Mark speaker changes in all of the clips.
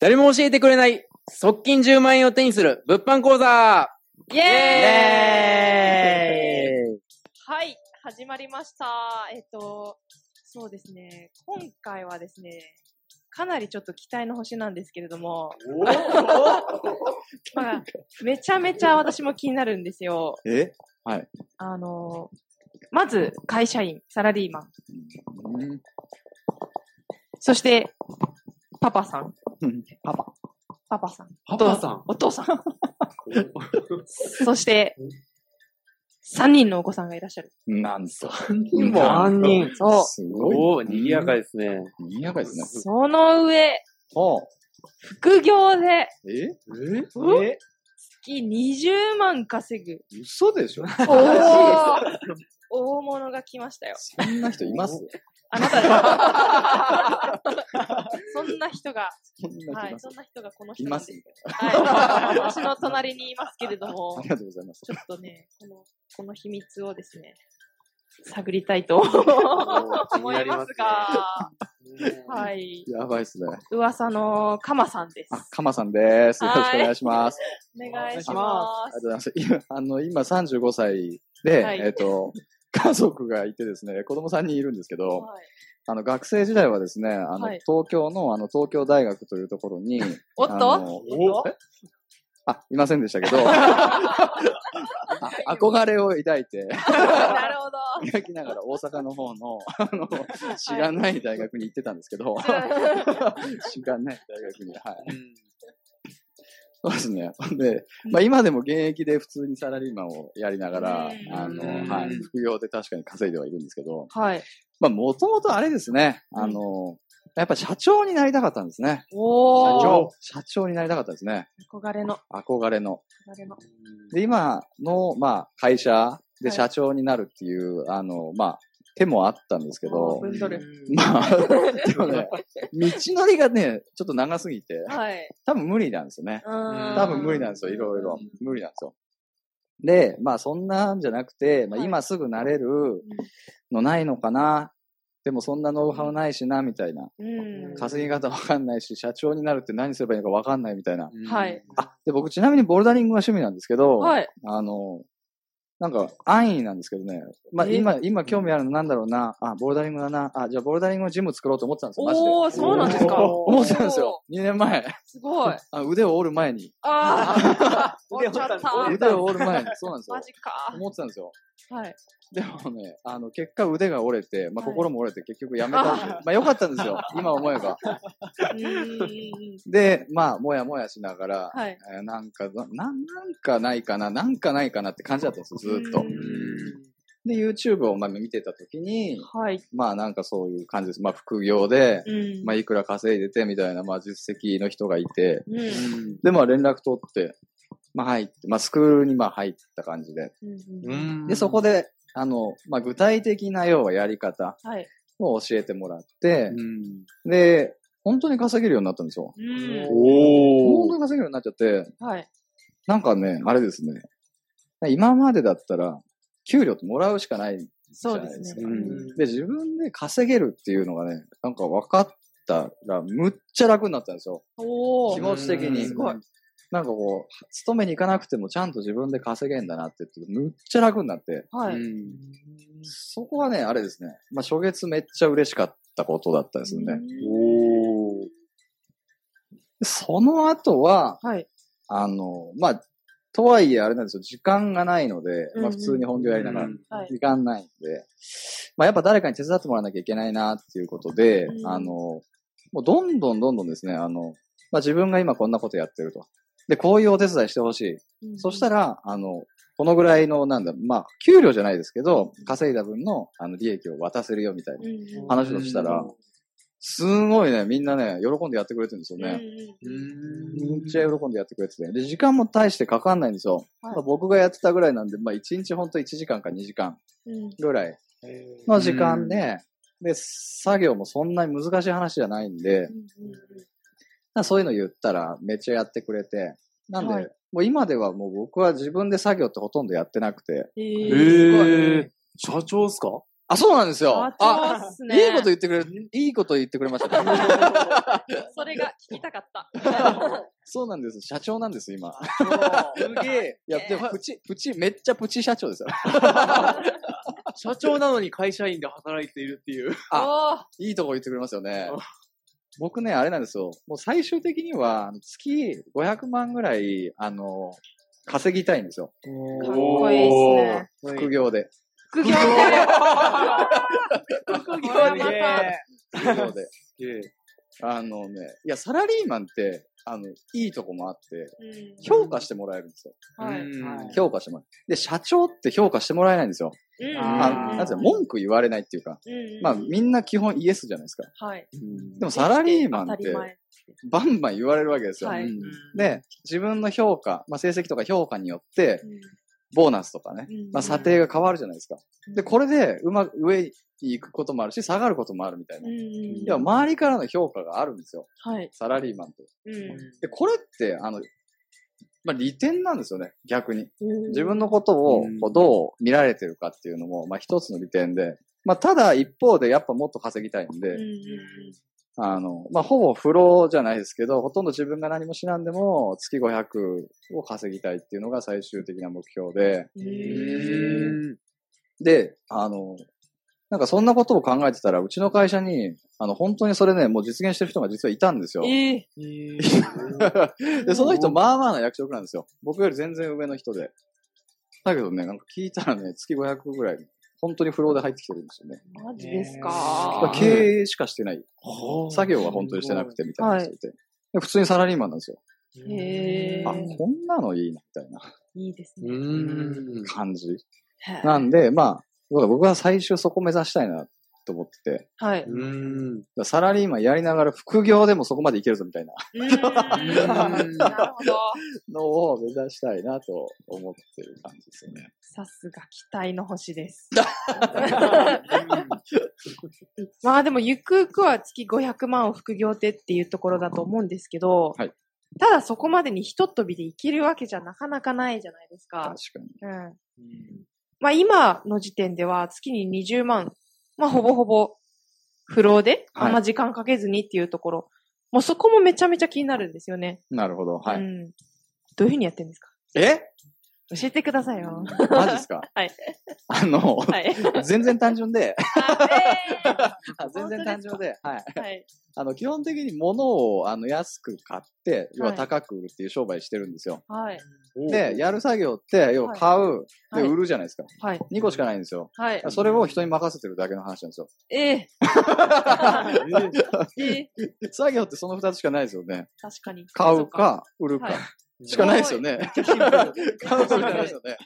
Speaker 1: 誰も教えてくれない、側近10万円を手にする物販講座
Speaker 2: イエーイ
Speaker 3: エーイ
Speaker 2: はい、始まりました。えっと、そうですね、今回はですね、かなりちょっと期待の星なんですけれども、まあ、めちゃめちゃ私も気になるんですよ。
Speaker 3: え
Speaker 2: あの、まず会社員、サラリーマン、そしてパパさん、
Speaker 3: パパ。
Speaker 2: パパさん、
Speaker 1: パパさん。
Speaker 2: お父さん、そして3人のお子さんがいらっしゃる。
Speaker 3: なんと。
Speaker 4: 人も
Speaker 3: 三人。
Speaker 2: そう。
Speaker 3: すごい。
Speaker 4: おお、賑やかですね。
Speaker 3: にやかですね。
Speaker 2: その上、
Speaker 3: ああ。
Speaker 2: 副業で
Speaker 3: え
Speaker 4: え
Speaker 2: 月20万稼ぐ。
Speaker 3: 嘘でしょ
Speaker 2: 大物が来ましたよ。
Speaker 3: そんな人います
Speaker 2: あなたです。そんな人が、
Speaker 3: そんな人い
Speaker 2: はい、
Speaker 3: ます
Speaker 2: そんな人がこの人
Speaker 3: い
Speaker 2: な
Speaker 3: ま
Speaker 2: んですす。はい、私の隣にいますけれども
Speaker 3: あり、がとうございます。
Speaker 2: ちょっとね、この、この秘密をですね、探りたいと思いますが、はい、
Speaker 3: やばいっすね。
Speaker 2: 噂のカマさんです
Speaker 3: あ。、かまさんです。よろし
Speaker 2: は
Speaker 3: くお
Speaker 2: い
Speaker 3: 願いします。
Speaker 2: お願いし
Speaker 3: あ
Speaker 2: ま
Speaker 3: りがと
Speaker 2: す
Speaker 3: う。ございます。今、あの、今35歳で、
Speaker 2: はい
Speaker 3: えっと、 家族がいてですね、子供3人いるんですけど、
Speaker 2: はい
Speaker 3: あの、学生時代はですね、あの、
Speaker 2: はい
Speaker 3: 東京の、あの、東京大学というところに、
Speaker 2: おっ
Speaker 3: あ
Speaker 2: と
Speaker 3: の
Speaker 4: お
Speaker 3: えあ、いませんでしたけど、あ憧れを抱いて、
Speaker 2: なるほど。
Speaker 3: 描きながら大阪の 方の、あの、知らない大学に行ってたんですけど、知らない大学に、はい。そうですね。で、まあ今でも現役で普通にサラリーマンをやりながら
Speaker 2: う、ん
Speaker 3: あの、はい、副業で確かに稼いではいるんですけど、
Speaker 2: はい。
Speaker 3: まあもともとあれですね、あの、やっぱ社長になりたかったんですね。
Speaker 2: おー。
Speaker 3: 社長になりたかったですね。
Speaker 2: 憧れの、
Speaker 3: 憧れの。
Speaker 2: 憧れの。
Speaker 3: で、今の、まあ、会社で
Speaker 2: はい
Speaker 3: 社長になるっていう、あの、まあ、手もあったんですけど
Speaker 2: う、んドル
Speaker 3: まあ、でもね、道のりがね、ちょっと長すぎて、
Speaker 2: はい。
Speaker 3: 多分無理なんですよね。多
Speaker 2: 多
Speaker 3: 分無理なんですよ、いろいろ。無理なんですよ。で、まあそんなんじゃなくて、まあ、
Speaker 2: はい
Speaker 3: 今すぐなれるのないのかな。でもそんなノウハウないしな、みたいな。
Speaker 2: うん。
Speaker 3: 稼ぎ方わかんないし、社長になるって何すればいいのかわかんないみたいな。
Speaker 2: はい。
Speaker 3: あ、で、僕ちなみにボルダリングが趣味なんですけど、
Speaker 2: はい。
Speaker 3: あの、なんか安易なんですけどね。まあ
Speaker 2: え
Speaker 3: 今、今興味あるのなんだろうな。あ、ボルダリングだな。あ、じゃあボルダリングのジム作ろうと思ってたんですよ、マジで。
Speaker 2: おー、そうなんですか。
Speaker 3: 思ってたんですよ。2年前。
Speaker 2: すごい。
Speaker 3: あ腕を折る前に。
Speaker 2: あ ー、
Speaker 4: 腕折
Speaker 2: 折っ
Speaker 4: っ
Speaker 2: ちゃ
Speaker 4: た
Speaker 2: っ
Speaker 4: ん
Speaker 2: た。
Speaker 4: あ
Speaker 3: 腕を折る前に。そうなんですよ
Speaker 2: マ。ジか。
Speaker 3: 思ってたんですよ。
Speaker 2: はい。
Speaker 3: でもね、あの、結果腕が折れて、まあ、
Speaker 2: はい
Speaker 3: 心も折れて結局やめたんで、まあ、良かったんですよ。今思えば。
Speaker 2: うーん。
Speaker 3: で、まあ、もやもやしながら、
Speaker 2: はい。
Speaker 3: えーなんかな、ななんかないかな、なんかないかなって感じだったんですよ、ずーっと
Speaker 2: う。
Speaker 3: で、YouTube をまあ見てた時に、
Speaker 2: はい。
Speaker 3: まあ、なんかそういう感じです。まあ、副業で、
Speaker 2: うん。
Speaker 3: まあ、いくら稼いでてみたいな、まあ、実績の人がいて、
Speaker 2: うん。
Speaker 3: で、まあ、連絡取って、まあ、入って、まあ、スクールにまあ、入った感じで。
Speaker 2: うんうん
Speaker 4: ん
Speaker 3: で、そこで、あの、まあ、具体的な要はやり方
Speaker 2: はい。
Speaker 3: を教えてもらって、
Speaker 4: うん。
Speaker 3: で、本当に稼げるようになったんですよ。
Speaker 2: うん。
Speaker 3: 本
Speaker 4: お
Speaker 3: 当
Speaker 4: お。
Speaker 3: に稼げるようになっちゃって、
Speaker 2: はい。
Speaker 3: なんかね、あれですね。今までだったら、給料ってもらうしかない。
Speaker 2: そうですね。
Speaker 4: じゃ
Speaker 2: う
Speaker 4: ないですか
Speaker 2: ん
Speaker 3: で、自分で稼げるっていうのがね、なんか分かったら、むっちゃ楽になったんですよ。
Speaker 2: お
Speaker 3: 気
Speaker 2: ー。
Speaker 3: 持ち的に。
Speaker 4: うんすごい。
Speaker 3: なんかこう、勤めに行かなくてもちゃんと自分で稼げんだなって言って、むっちゃ楽になって、
Speaker 2: はい。
Speaker 3: そこはね、あれですね。まあ、初月めっちゃ嬉しかったことだったですよね。
Speaker 4: おお。
Speaker 3: その後は、
Speaker 2: はい。
Speaker 3: あの、まあ、とはいえあれなんですよ、時間がないので、
Speaker 2: うんう
Speaker 3: まあ
Speaker 2: ん
Speaker 3: 普通に本業やりながら、
Speaker 2: はい。
Speaker 3: 時間ないんで、まあやっぱ誰かに手伝ってもらわなきゃいけないなっていうことで、
Speaker 2: うん
Speaker 3: あの、もうどんどんどんどんですね、あの、まあ自分が今こんなことやってると。で、こういうお手伝いしてほしい。そした
Speaker 2: ら、
Speaker 3: ら、あの、このぐらいの、なんだ、まあ、給料じゃないですけど、稼いだ分の、あの、利益を渡せるよみたいな
Speaker 2: うん
Speaker 3: 話をしたら、すごいね、みんなね、喜んでやってくれてるんですよね。
Speaker 2: うんうん
Speaker 3: めっちゃ喜んでやってくれてて。で、時間も大してかかんないんですよ。
Speaker 2: はい
Speaker 3: まあ僕がやってたぐらいなんで、まあ1日ほんと1時間か2時間
Speaker 2: うん
Speaker 3: ぐらいの時間で、で、作業もそんなに難しい話じゃないんで、まあそういうの言ったらめっちゃやってくれて、なんで、
Speaker 2: はい
Speaker 3: もう今ではもう僕は自分で作業ってほとんどやってなくて、
Speaker 4: え
Speaker 2: えー。
Speaker 4: え。社長っすか
Speaker 3: あ、そうなんですよ。あ、
Speaker 2: あ、そうっすね。
Speaker 3: いいこと言ってくれ、いいこと言ってくれました ね。
Speaker 2: それが聞きたかった。
Speaker 3: そうなんです。社長なんです、今。
Speaker 1: すげえ。
Speaker 3: いや、でも、プチ、プチ、めっちゃプチ社長ですよ。
Speaker 1: 社長なのに会社員で働いているっていう。
Speaker 2: あ、
Speaker 3: いいとこ言ってくれますよね。僕ね、あれなんですよ。もう最終的には、月500万ぐらい、あの、稼ぎたいんですよ。
Speaker 2: かっこいいっすね。
Speaker 3: 副業で。
Speaker 2: 副業で。副業はまた。
Speaker 3: 副業で。
Speaker 4: ええ
Speaker 3: あのね、いや、サラリーマンって、あの、いいとこもあって、
Speaker 2: うん
Speaker 3: 評価してもらえるんですよ。
Speaker 2: はい。
Speaker 1: うん
Speaker 3: 評価してもらえる。で、社長って評価してもらえないんですよ。
Speaker 2: うん
Speaker 3: あ
Speaker 4: あ
Speaker 3: の
Speaker 4: ー
Speaker 3: なんていうの文句言われないっていうか。
Speaker 2: うん
Speaker 3: まあ、みんな基本イエスじゃないですか。
Speaker 2: はい。
Speaker 3: でもサラリーマン
Speaker 2: 当た
Speaker 3: っ
Speaker 2: り
Speaker 3: て、
Speaker 2: 前
Speaker 3: バンバン言われるわけですよ。
Speaker 2: はいううん
Speaker 3: で、自分の評価、まあ、成績とか評価によって、
Speaker 2: うん
Speaker 3: ボーナスとかね、
Speaker 2: うん
Speaker 3: まあ、査定が変わるじゃないですか。で、これで、うまく上に行くこともあるし、下がることもあるみたいな。
Speaker 2: うん
Speaker 3: い
Speaker 2: うん
Speaker 3: や、周りからの評価があるんですよ。
Speaker 2: はい。
Speaker 3: サラリーマンって。
Speaker 2: うん
Speaker 3: で、これって、あの、まあ、利点なんですよね、逆に。
Speaker 2: うん
Speaker 3: 自分のことを
Speaker 4: うん
Speaker 3: こうどう見られてるかっていうのも、まあ、一つの利点で。まあ、ただ一方でやっぱもっと稼ぎたいん
Speaker 2: うん
Speaker 3: で、
Speaker 2: う
Speaker 3: あの、まあ、ほぼ不労じゃないですけど、ほとんど自分が何もしなんでも月500を稼ぎたいっていうのが最終的な目標で、
Speaker 2: ん
Speaker 4: うん
Speaker 3: で、あの、なんかそんなことを考えてたら、うちの会社に、あの、本当にそれね、もう実現してる人が実はいたんですよ。
Speaker 2: ええ
Speaker 3: で、その人、まあまあな役職なんですよ。僕より全然上の人で。だけどね、なんか聞いたらね、月500ぐらい、本当に不労で入ってきてるんですよね。
Speaker 2: マジです
Speaker 3: まあ
Speaker 2: か。
Speaker 3: 経営しかしてない。
Speaker 4: はあ
Speaker 3: 作業は本当にしてなくてみたいな人いて。で普通にサラリーマンなんですよ。
Speaker 2: へえ
Speaker 3: あ、こんなのいいな、みたいない
Speaker 2: いです
Speaker 4: う
Speaker 2: ね。
Speaker 4: ん。
Speaker 3: 感じ。
Speaker 2: へえ
Speaker 3: なんで、まあ、僕は最終そこ目指したいなと思ってて。だか
Speaker 2: はい。
Speaker 4: うん。
Speaker 3: らサラリーマンやりながら副業でもそこまでいけるぞみたいな
Speaker 2: うんなるほど。
Speaker 3: のを目指したいなと思ってる感じですよね。
Speaker 2: さすが期待の星です。まあでもゆくゆくは月500万を副業でっていうところだと思うんですけど、
Speaker 3: はい
Speaker 2: ただそこまでにひとっ飛びでいけるわけじゃなかなかないじゃないです
Speaker 3: 確
Speaker 2: か。
Speaker 3: かに。
Speaker 2: うん、まあ今の時点では月に20万、まあほぼほぼ不労で、
Speaker 3: はい
Speaker 2: あんま時間かけずにっていうところ、もうそこもめちゃめちゃ気になるんですよね。
Speaker 3: なるほど。は
Speaker 2: う
Speaker 3: い。
Speaker 2: ん、どういうふうにやってるんですか
Speaker 3: え
Speaker 2: 教えてくださいよ。
Speaker 3: マジですか
Speaker 2: はい。
Speaker 3: あの、
Speaker 2: はい。
Speaker 3: 全然単純で、
Speaker 2: あ
Speaker 3: あ全然単純で、はい。
Speaker 2: えーはい。
Speaker 3: あの、基本的に物を、あの、安く買って、要は
Speaker 2: はい
Speaker 3: 高く売るっていう商売してるんですよ。
Speaker 2: はい。
Speaker 3: で、やる作業って、要は買う、
Speaker 2: はい
Speaker 3: で、売るじゃないですか。
Speaker 2: はい。
Speaker 3: 2個しかないんですよ。
Speaker 2: はい。
Speaker 3: それを人に任せてるだけの話なんですよ。
Speaker 2: ええええ
Speaker 3: 作業ってその2つしかないですよね。
Speaker 2: 確かに。
Speaker 3: 買うか、売るか、
Speaker 2: はい
Speaker 3: しかないですよね。
Speaker 2: そうか。
Speaker 3: 買うしかないですよね。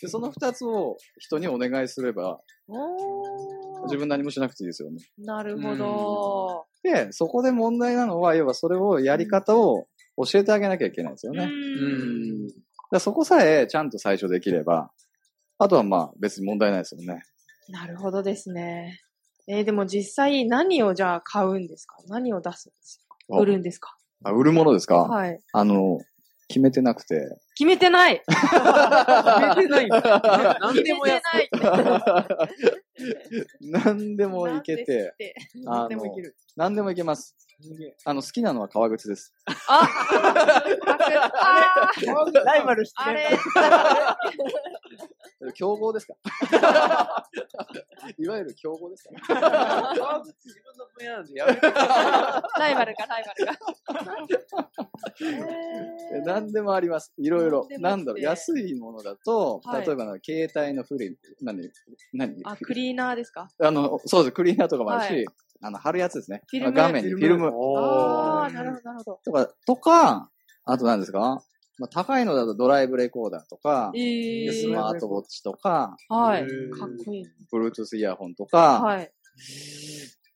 Speaker 3: で、その2つを人にお願いすれば、
Speaker 2: お
Speaker 3: 自
Speaker 2: ー
Speaker 3: 分何もしなくていいですよね。
Speaker 2: なるほど。
Speaker 3: で、そこで問題なのは、要はそれをやり方を教えてあげなきゃいけないんですよね。だか
Speaker 4: うん。
Speaker 3: らそこさえちゃんと最初できれば、あとはまあ別に問題ないですよね。
Speaker 2: なるほどですね。えー、でも実際何をじゃあ買うんですか何を出すんですか
Speaker 3: あ
Speaker 2: 売るんですか
Speaker 3: あ売るものですか、
Speaker 2: はい。
Speaker 3: あの、決めてなくて。
Speaker 2: 決めてない
Speaker 1: 決めてないんだ。な何
Speaker 2: 決
Speaker 1: で
Speaker 2: め
Speaker 1: もや
Speaker 2: て
Speaker 1: っ
Speaker 2: ない
Speaker 3: 何でもいけ
Speaker 2: なんで
Speaker 3: て
Speaker 2: すっ、て
Speaker 3: あ
Speaker 2: でもい
Speaker 3: の
Speaker 2: ける。
Speaker 3: 何でもいけます。あの、好きなのは革靴です。
Speaker 2: ああー
Speaker 1: ライバルして
Speaker 2: あれ
Speaker 3: 競合ですか いわゆる競合ですか
Speaker 1: 自分の分野なんでやめて。
Speaker 2: ライバルか、ライバルか。え
Speaker 3: え
Speaker 2: ー
Speaker 3: 何でもあります。いろいろ。な
Speaker 2: 何
Speaker 3: ん
Speaker 2: で
Speaker 3: だ
Speaker 2: も
Speaker 3: ろ
Speaker 2: っ
Speaker 3: う、
Speaker 2: て
Speaker 3: 安いものだと、
Speaker 2: はい
Speaker 3: 例えばなんか携帯のフリ、何何
Speaker 2: あ、クリーナーですか
Speaker 3: あの、そうです。クリーナーとかもあるし、
Speaker 2: は
Speaker 3: あの、貼るやつですね。
Speaker 2: フィルム
Speaker 3: 画面にフィルム。
Speaker 2: ああ、なるほど、なるほど。
Speaker 3: とか、とか、あと何ですかまあ、高いのだとドライブレコーダーとか、
Speaker 2: え
Speaker 3: でス
Speaker 2: ー、
Speaker 3: マートウォッチとか、
Speaker 2: はい。
Speaker 4: うん
Speaker 2: かっこいい。
Speaker 3: Bluetooth イヤホンとか、
Speaker 2: はい。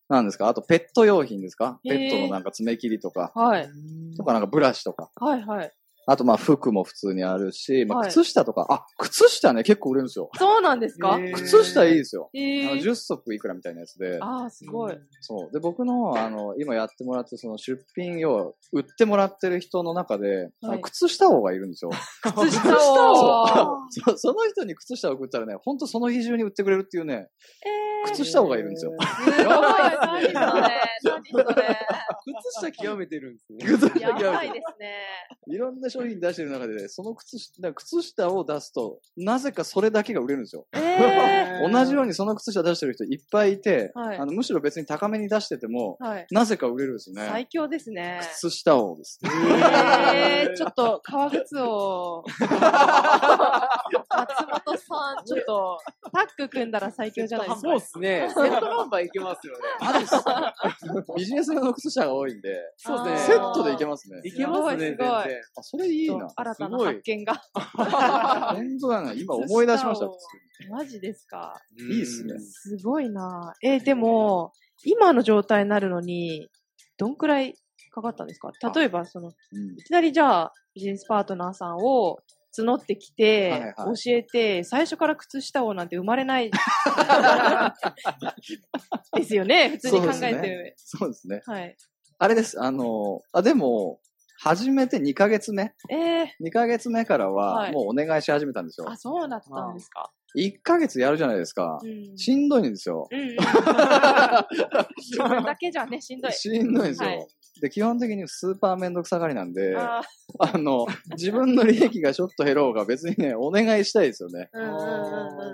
Speaker 3: 何ですかあとペット用品ですか
Speaker 2: へ
Speaker 3: ペ
Speaker 2: ー
Speaker 3: ットのなんか爪切りとか、
Speaker 2: はい。
Speaker 3: とかなんかブラシとか、
Speaker 2: はい、はい。
Speaker 3: あとまあ服も普通にあるし、まあ
Speaker 2: はい
Speaker 3: 靴下とか、あ、靴下ね、結構売れるんですよ。
Speaker 2: そうなんですか
Speaker 4: へー
Speaker 3: 靴下いいですよ。
Speaker 2: え
Speaker 3: あの
Speaker 2: ー、
Speaker 3: 10足いくらみたいなやつで、
Speaker 2: ああ、すごい。
Speaker 3: そう。で、僕の、あの、今やってもらって、その出品を売ってもらってる人の中で、あの
Speaker 2: はい
Speaker 3: 靴下王がいるんですよ。
Speaker 2: 靴下
Speaker 3: 靴下
Speaker 2: を。
Speaker 3: そその人に靴下を送ったらね、ほんとその日中に売ってくれるっていうね、
Speaker 2: えー、
Speaker 3: 靴下王がいるんですよ。
Speaker 2: すごい。何それ何それ
Speaker 4: 靴下極めてるんですね。
Speaker 3: 靴下
Speaker 2: やばい
Speaker 3: い
Speaker 2: ですね。
Speaker 3: いろんな商品出してる中で、ね、その靴下、だから靴下を出すと、なぜかそれだけが売れるんですよ。
Speaker 2: え
Speaker 3: 同じよう
Speaker 4: に。
Speaker 3: にその靴下出してる人いっぱいいて、
Speaker 2: はい
Speaker 3: あのむしろ別に高めに出してても、
Speaker 2: ー、はい。
Speaker 3: なぜか売れるんですよね。
Speaker 2: 最強ですね。
Speaker 3: 靴下王です。
Speaker 2: え
Speaker 4: え
Speaker 2: ー、ちょっと、革靴 を、松本さん、ちょっと、タッグ組んだら最強じゃないですか。
Speaker 4: そうっすね。セット販売いけますよね。
Speaker 3: マジっすか ビジネス用の靴下が多いんで、
Speaker 4: そうで
Speaker 2: あー
Speaker 4: すね。
Speaker 3: セットでいけますね。
Speaker 4: いけますね、全
Speaker 2: すごいすごい
Speaker 4: 然。
Speaker 3: あ、それいい
Speaker 2: ちょっ
Speaker 3: な
Speaker 2: と。新た
Speaker 4: す
Speaker 2: な
Speaker 4: ごい
Speaker 2: 発見が。
Speaker 3: 本当だな。今思い出しました。
Speaker 2: 靴下をマジですか。
Speaker 3: いいっすね
Speaker 4: うん
Speaker 2: すごいなぁえーでも、今の状態になるのに、どんくらいかかったんですか例えば、その、
Speaker 3: うん
Speaker 2: いきなりじゃあ、ビジネスパートナーさんを募ってきて、
Speaker 3: はいはい
Speaker 2: 教えて、最初から靴下をなんて生まれ ない。ですよね、普通に考えて。
Speaker 3: そうでそうですね。
Speaker 2: はい。
Speaker 3: あれです。あの、あ、でも、始めて2ヶ月目。
Speaker 2: えー、
Speaker 3: 2ヶ月目から
Speaker 2: は
Speaker 3: は、
Speaker 2: い
Speaker 3: もうお願いし始めたんですよ
Speaker 2: あ、。そうだったんですか。
Speaker 3: 1ヶ月やるじゃないですか
Speaker 2: う。ん。
Speaker 3: しんどいんです よ。
Speaker 2: うんうん、自分だけじゃね、しんどい。
Speaker 3: しんどいんですよ。
Speaker 2: はい
Speaker 3: で、基本的にスーパーめんどくさがりなんで、あ
Speaker 2: あー
Speaker 3: の、自分の利益がちょっと減ろうが別にね、お願いしたいですよね。
Speaker 2: うんうんうんう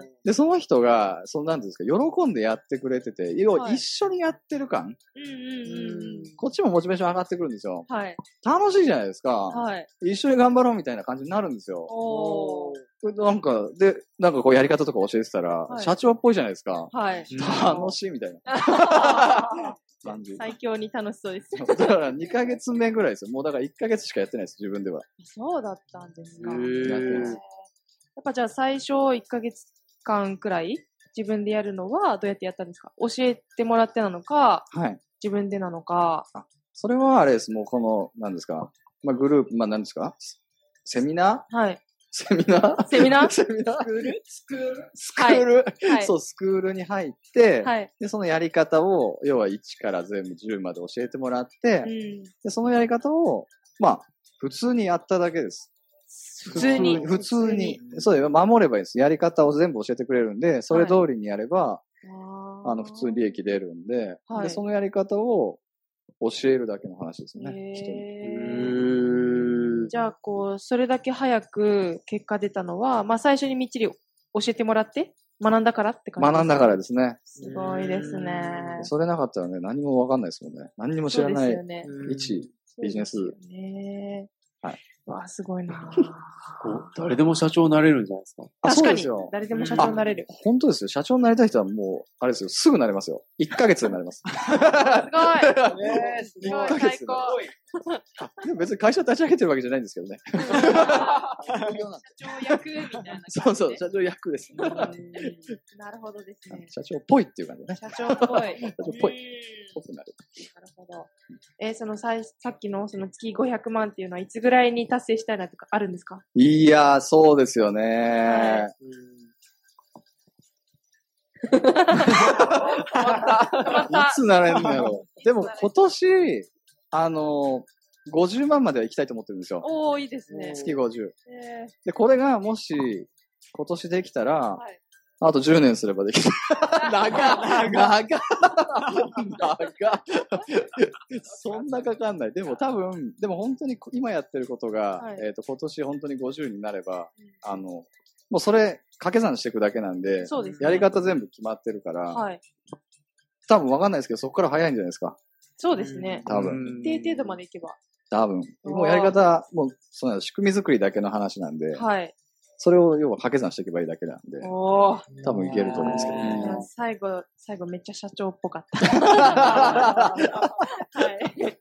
Speaker 2: ん
Speaker 3: で、その人が、その、なんていうんですか、喜んでやってくれてて、要は
Speaker 2: はい
Speaker 3: 一緒にやってる感、
Speaker 2: うんうんうんうん。
Speaker 3: こっちもモチベーション上がってくるんですよ。
Speaker 2: はい。
Speaker 3: 楽しいじゃないですか。
Speaker 2: はい。
Speaker 3: 一緒に頑張ろうみたいな感じになるんですよ。
Speaker 2: おー。
Speaker 3: それでなんか、で、なんかこうやり方とか教えてたら、
Speaker 2: はい
Speaker 3: 社長っぽいじゃないです か。
Speaker 2: はい。
Speaker 3: 楽しいみたいな感じ。
Speaker 2: 最強に楽しそうです。
Speaker 3: だから2ヶ月目ぐらいですよ。もうだから1ヶ月しかやってないです、自分では。
Speaker 2: そうだったんですか。
Speaker 4: へ
Speaker 2: や
Speaker 4: ー
Speaker 2: っぱじゃあ最初1ヶ月間くらい自分でやるのはどうやってやったんですか教えてもらってなのか、
Speaker 3: はい。
Speaker 2: 自分でなのか。
Speaker 3: それはあれです、もうこの、なんですか。まあグループ、まあ何ですかセミナー
Speaker 2: はい。
Speaker 3: セミナー
Speaker 2: セミナー
Speaker 3: セミナー
Speaker 4: スクール
Speaker 3: スクール、
Speaker 2: はい
Speaker 3: そう、スクールに入って、
Speaker 2: はい。
Speaker 3: で、そのやり方を、要は1から全部10まで教えてもらって、
Speaker 2: うん。
Speaker 3: で、そのやり方を、まあ、普通にやっただけです。
Speaker 2: 普通に。
Speaker 3: 普通に。そうだよ、守ればいいです。やり方を全部教えてくれるんで、それ通りにやれば、あの、普通に利益出るんで、
Speaker 2: はい
Speaker 3: で、そのやり方を教えるだけの話ですね。人に
Speaker 2: へー
Speaker 4: うん
Speaker 2: じゃあこう、それだけ早く結果出たのは、まあ最初にみっちり教えてもらって、学んだからって感じですか
Speaker 3: 学んだからですね。
Speaker 2: すごいですね。
Speaker 3: それなかったらね、何もわかんないですもんね。何にも知らな
Speaker 2: そう
Speaker 3: い
Speaker 2: ですよね。
Speaker 3: 一ビジネス
Speaker 2: そうですよね。
Speaker 3: はい。
Speaker 2: わあ、すごいな
Speaker 4: こう誰でも社長になれるんじゃないですか。
Speaker 3: あ
Speaker 2: 確
Speaker 3: そ
Speaker 2: か
Speaker 3: うで
Speaker 2: に
Speaker 3: すよ。
Speaker 2: 誰でも社長になれる。
Speaker 3: 本当ですよ。社長になりたい人はもう、あれですよ。すぐなれますよ。1ヶ月でなれます。
Speaker 2: すごい
Speaker 4: す
Speaker 2: すご
Speaker 3: 一ヶ
Speaker 2: い
Speaker 3: 月
Speaker 2: 最
Speaker 3: で
Speaker 2: 高。
Speaker 3: でも別に会社立ち上げてるわけじゃないんですけ どね。
Speaker 2: 社長役みたいな感じで。
Speaker 3: そうそう、社長役です。
Speaker 2: うんなるほどですね。
Speaker 3: 社長っぽいっていう感じね。
Speaker 2: 社長っぽい。社
Speaker 3: 長っぽいぽくなる。
Speaker 2: なるほど。えーそのさいさっきのその月500万っていうのはいつぐらいに達成したいなとかあるんですか
Speaker 3: いやー、そうですよね
Speaker 2: はま
Speaker 3: いつなれんのやろう。でも今年、あのー、50万までは行きたいと思ってるんですよ。
Speaker 2: おおいいですね。
Speaker 3: 月50。
Speaker 2: え
Speaker 3: で、これがもし、今年できたら、
Speaker 2: はい
Speaker 3: あと10年すれば できる。長っ長っ長っそんなかかんない。でも多分、でも本当に今やってることが、
Speaker 2: はい
Speaker 3: えっ、と、今年本当に50になれば、
Speaker 2: ー
Speaker 3: あの、もうそれ、掛け算していくだけなんで、
Speaker 2: そうですね。
Speaker 3: やり方全部決まってるから、
Speaker 2: はい。
Speaker 3: 多分わかんないですけど、そこから早いんじゃないですか。
Speaker 2: そうですね。
Speaker 3: 多分
Speaker 2: 一定程度までいけば。
Speaker 3: 多分。
Speaker 2: おー
Speaker 3: もうやり方、もう、そうなの仕組み作りだけの話なんで、
Speaker 2: はい。
Speaker 3: それを要は掛け算していけばいいだけなんで、
Speaker 2: おお。
Speaker 3: 多分いけると思うんですけど
Speaker 2: いや
Speaker 3: ね。
Speaker 2: 最後、最後めっちゃ社長っぽか った。はい。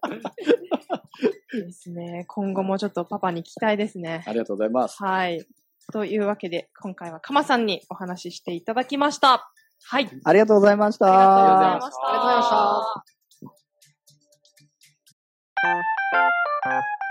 Speaker 2: ですね。今後もちょっとパパに期待ですね。
Speaker 3: ありがとうございます。
Speaker 2: はい。というわけで、今回はカマさんにお話ししていただきました。はい。
Speaker 3: ありがとうございました。
Speaker 2: ありがとうございまし
Speaker 4: あ
Speaker 2: た。。
Speaker 4: りがとうございました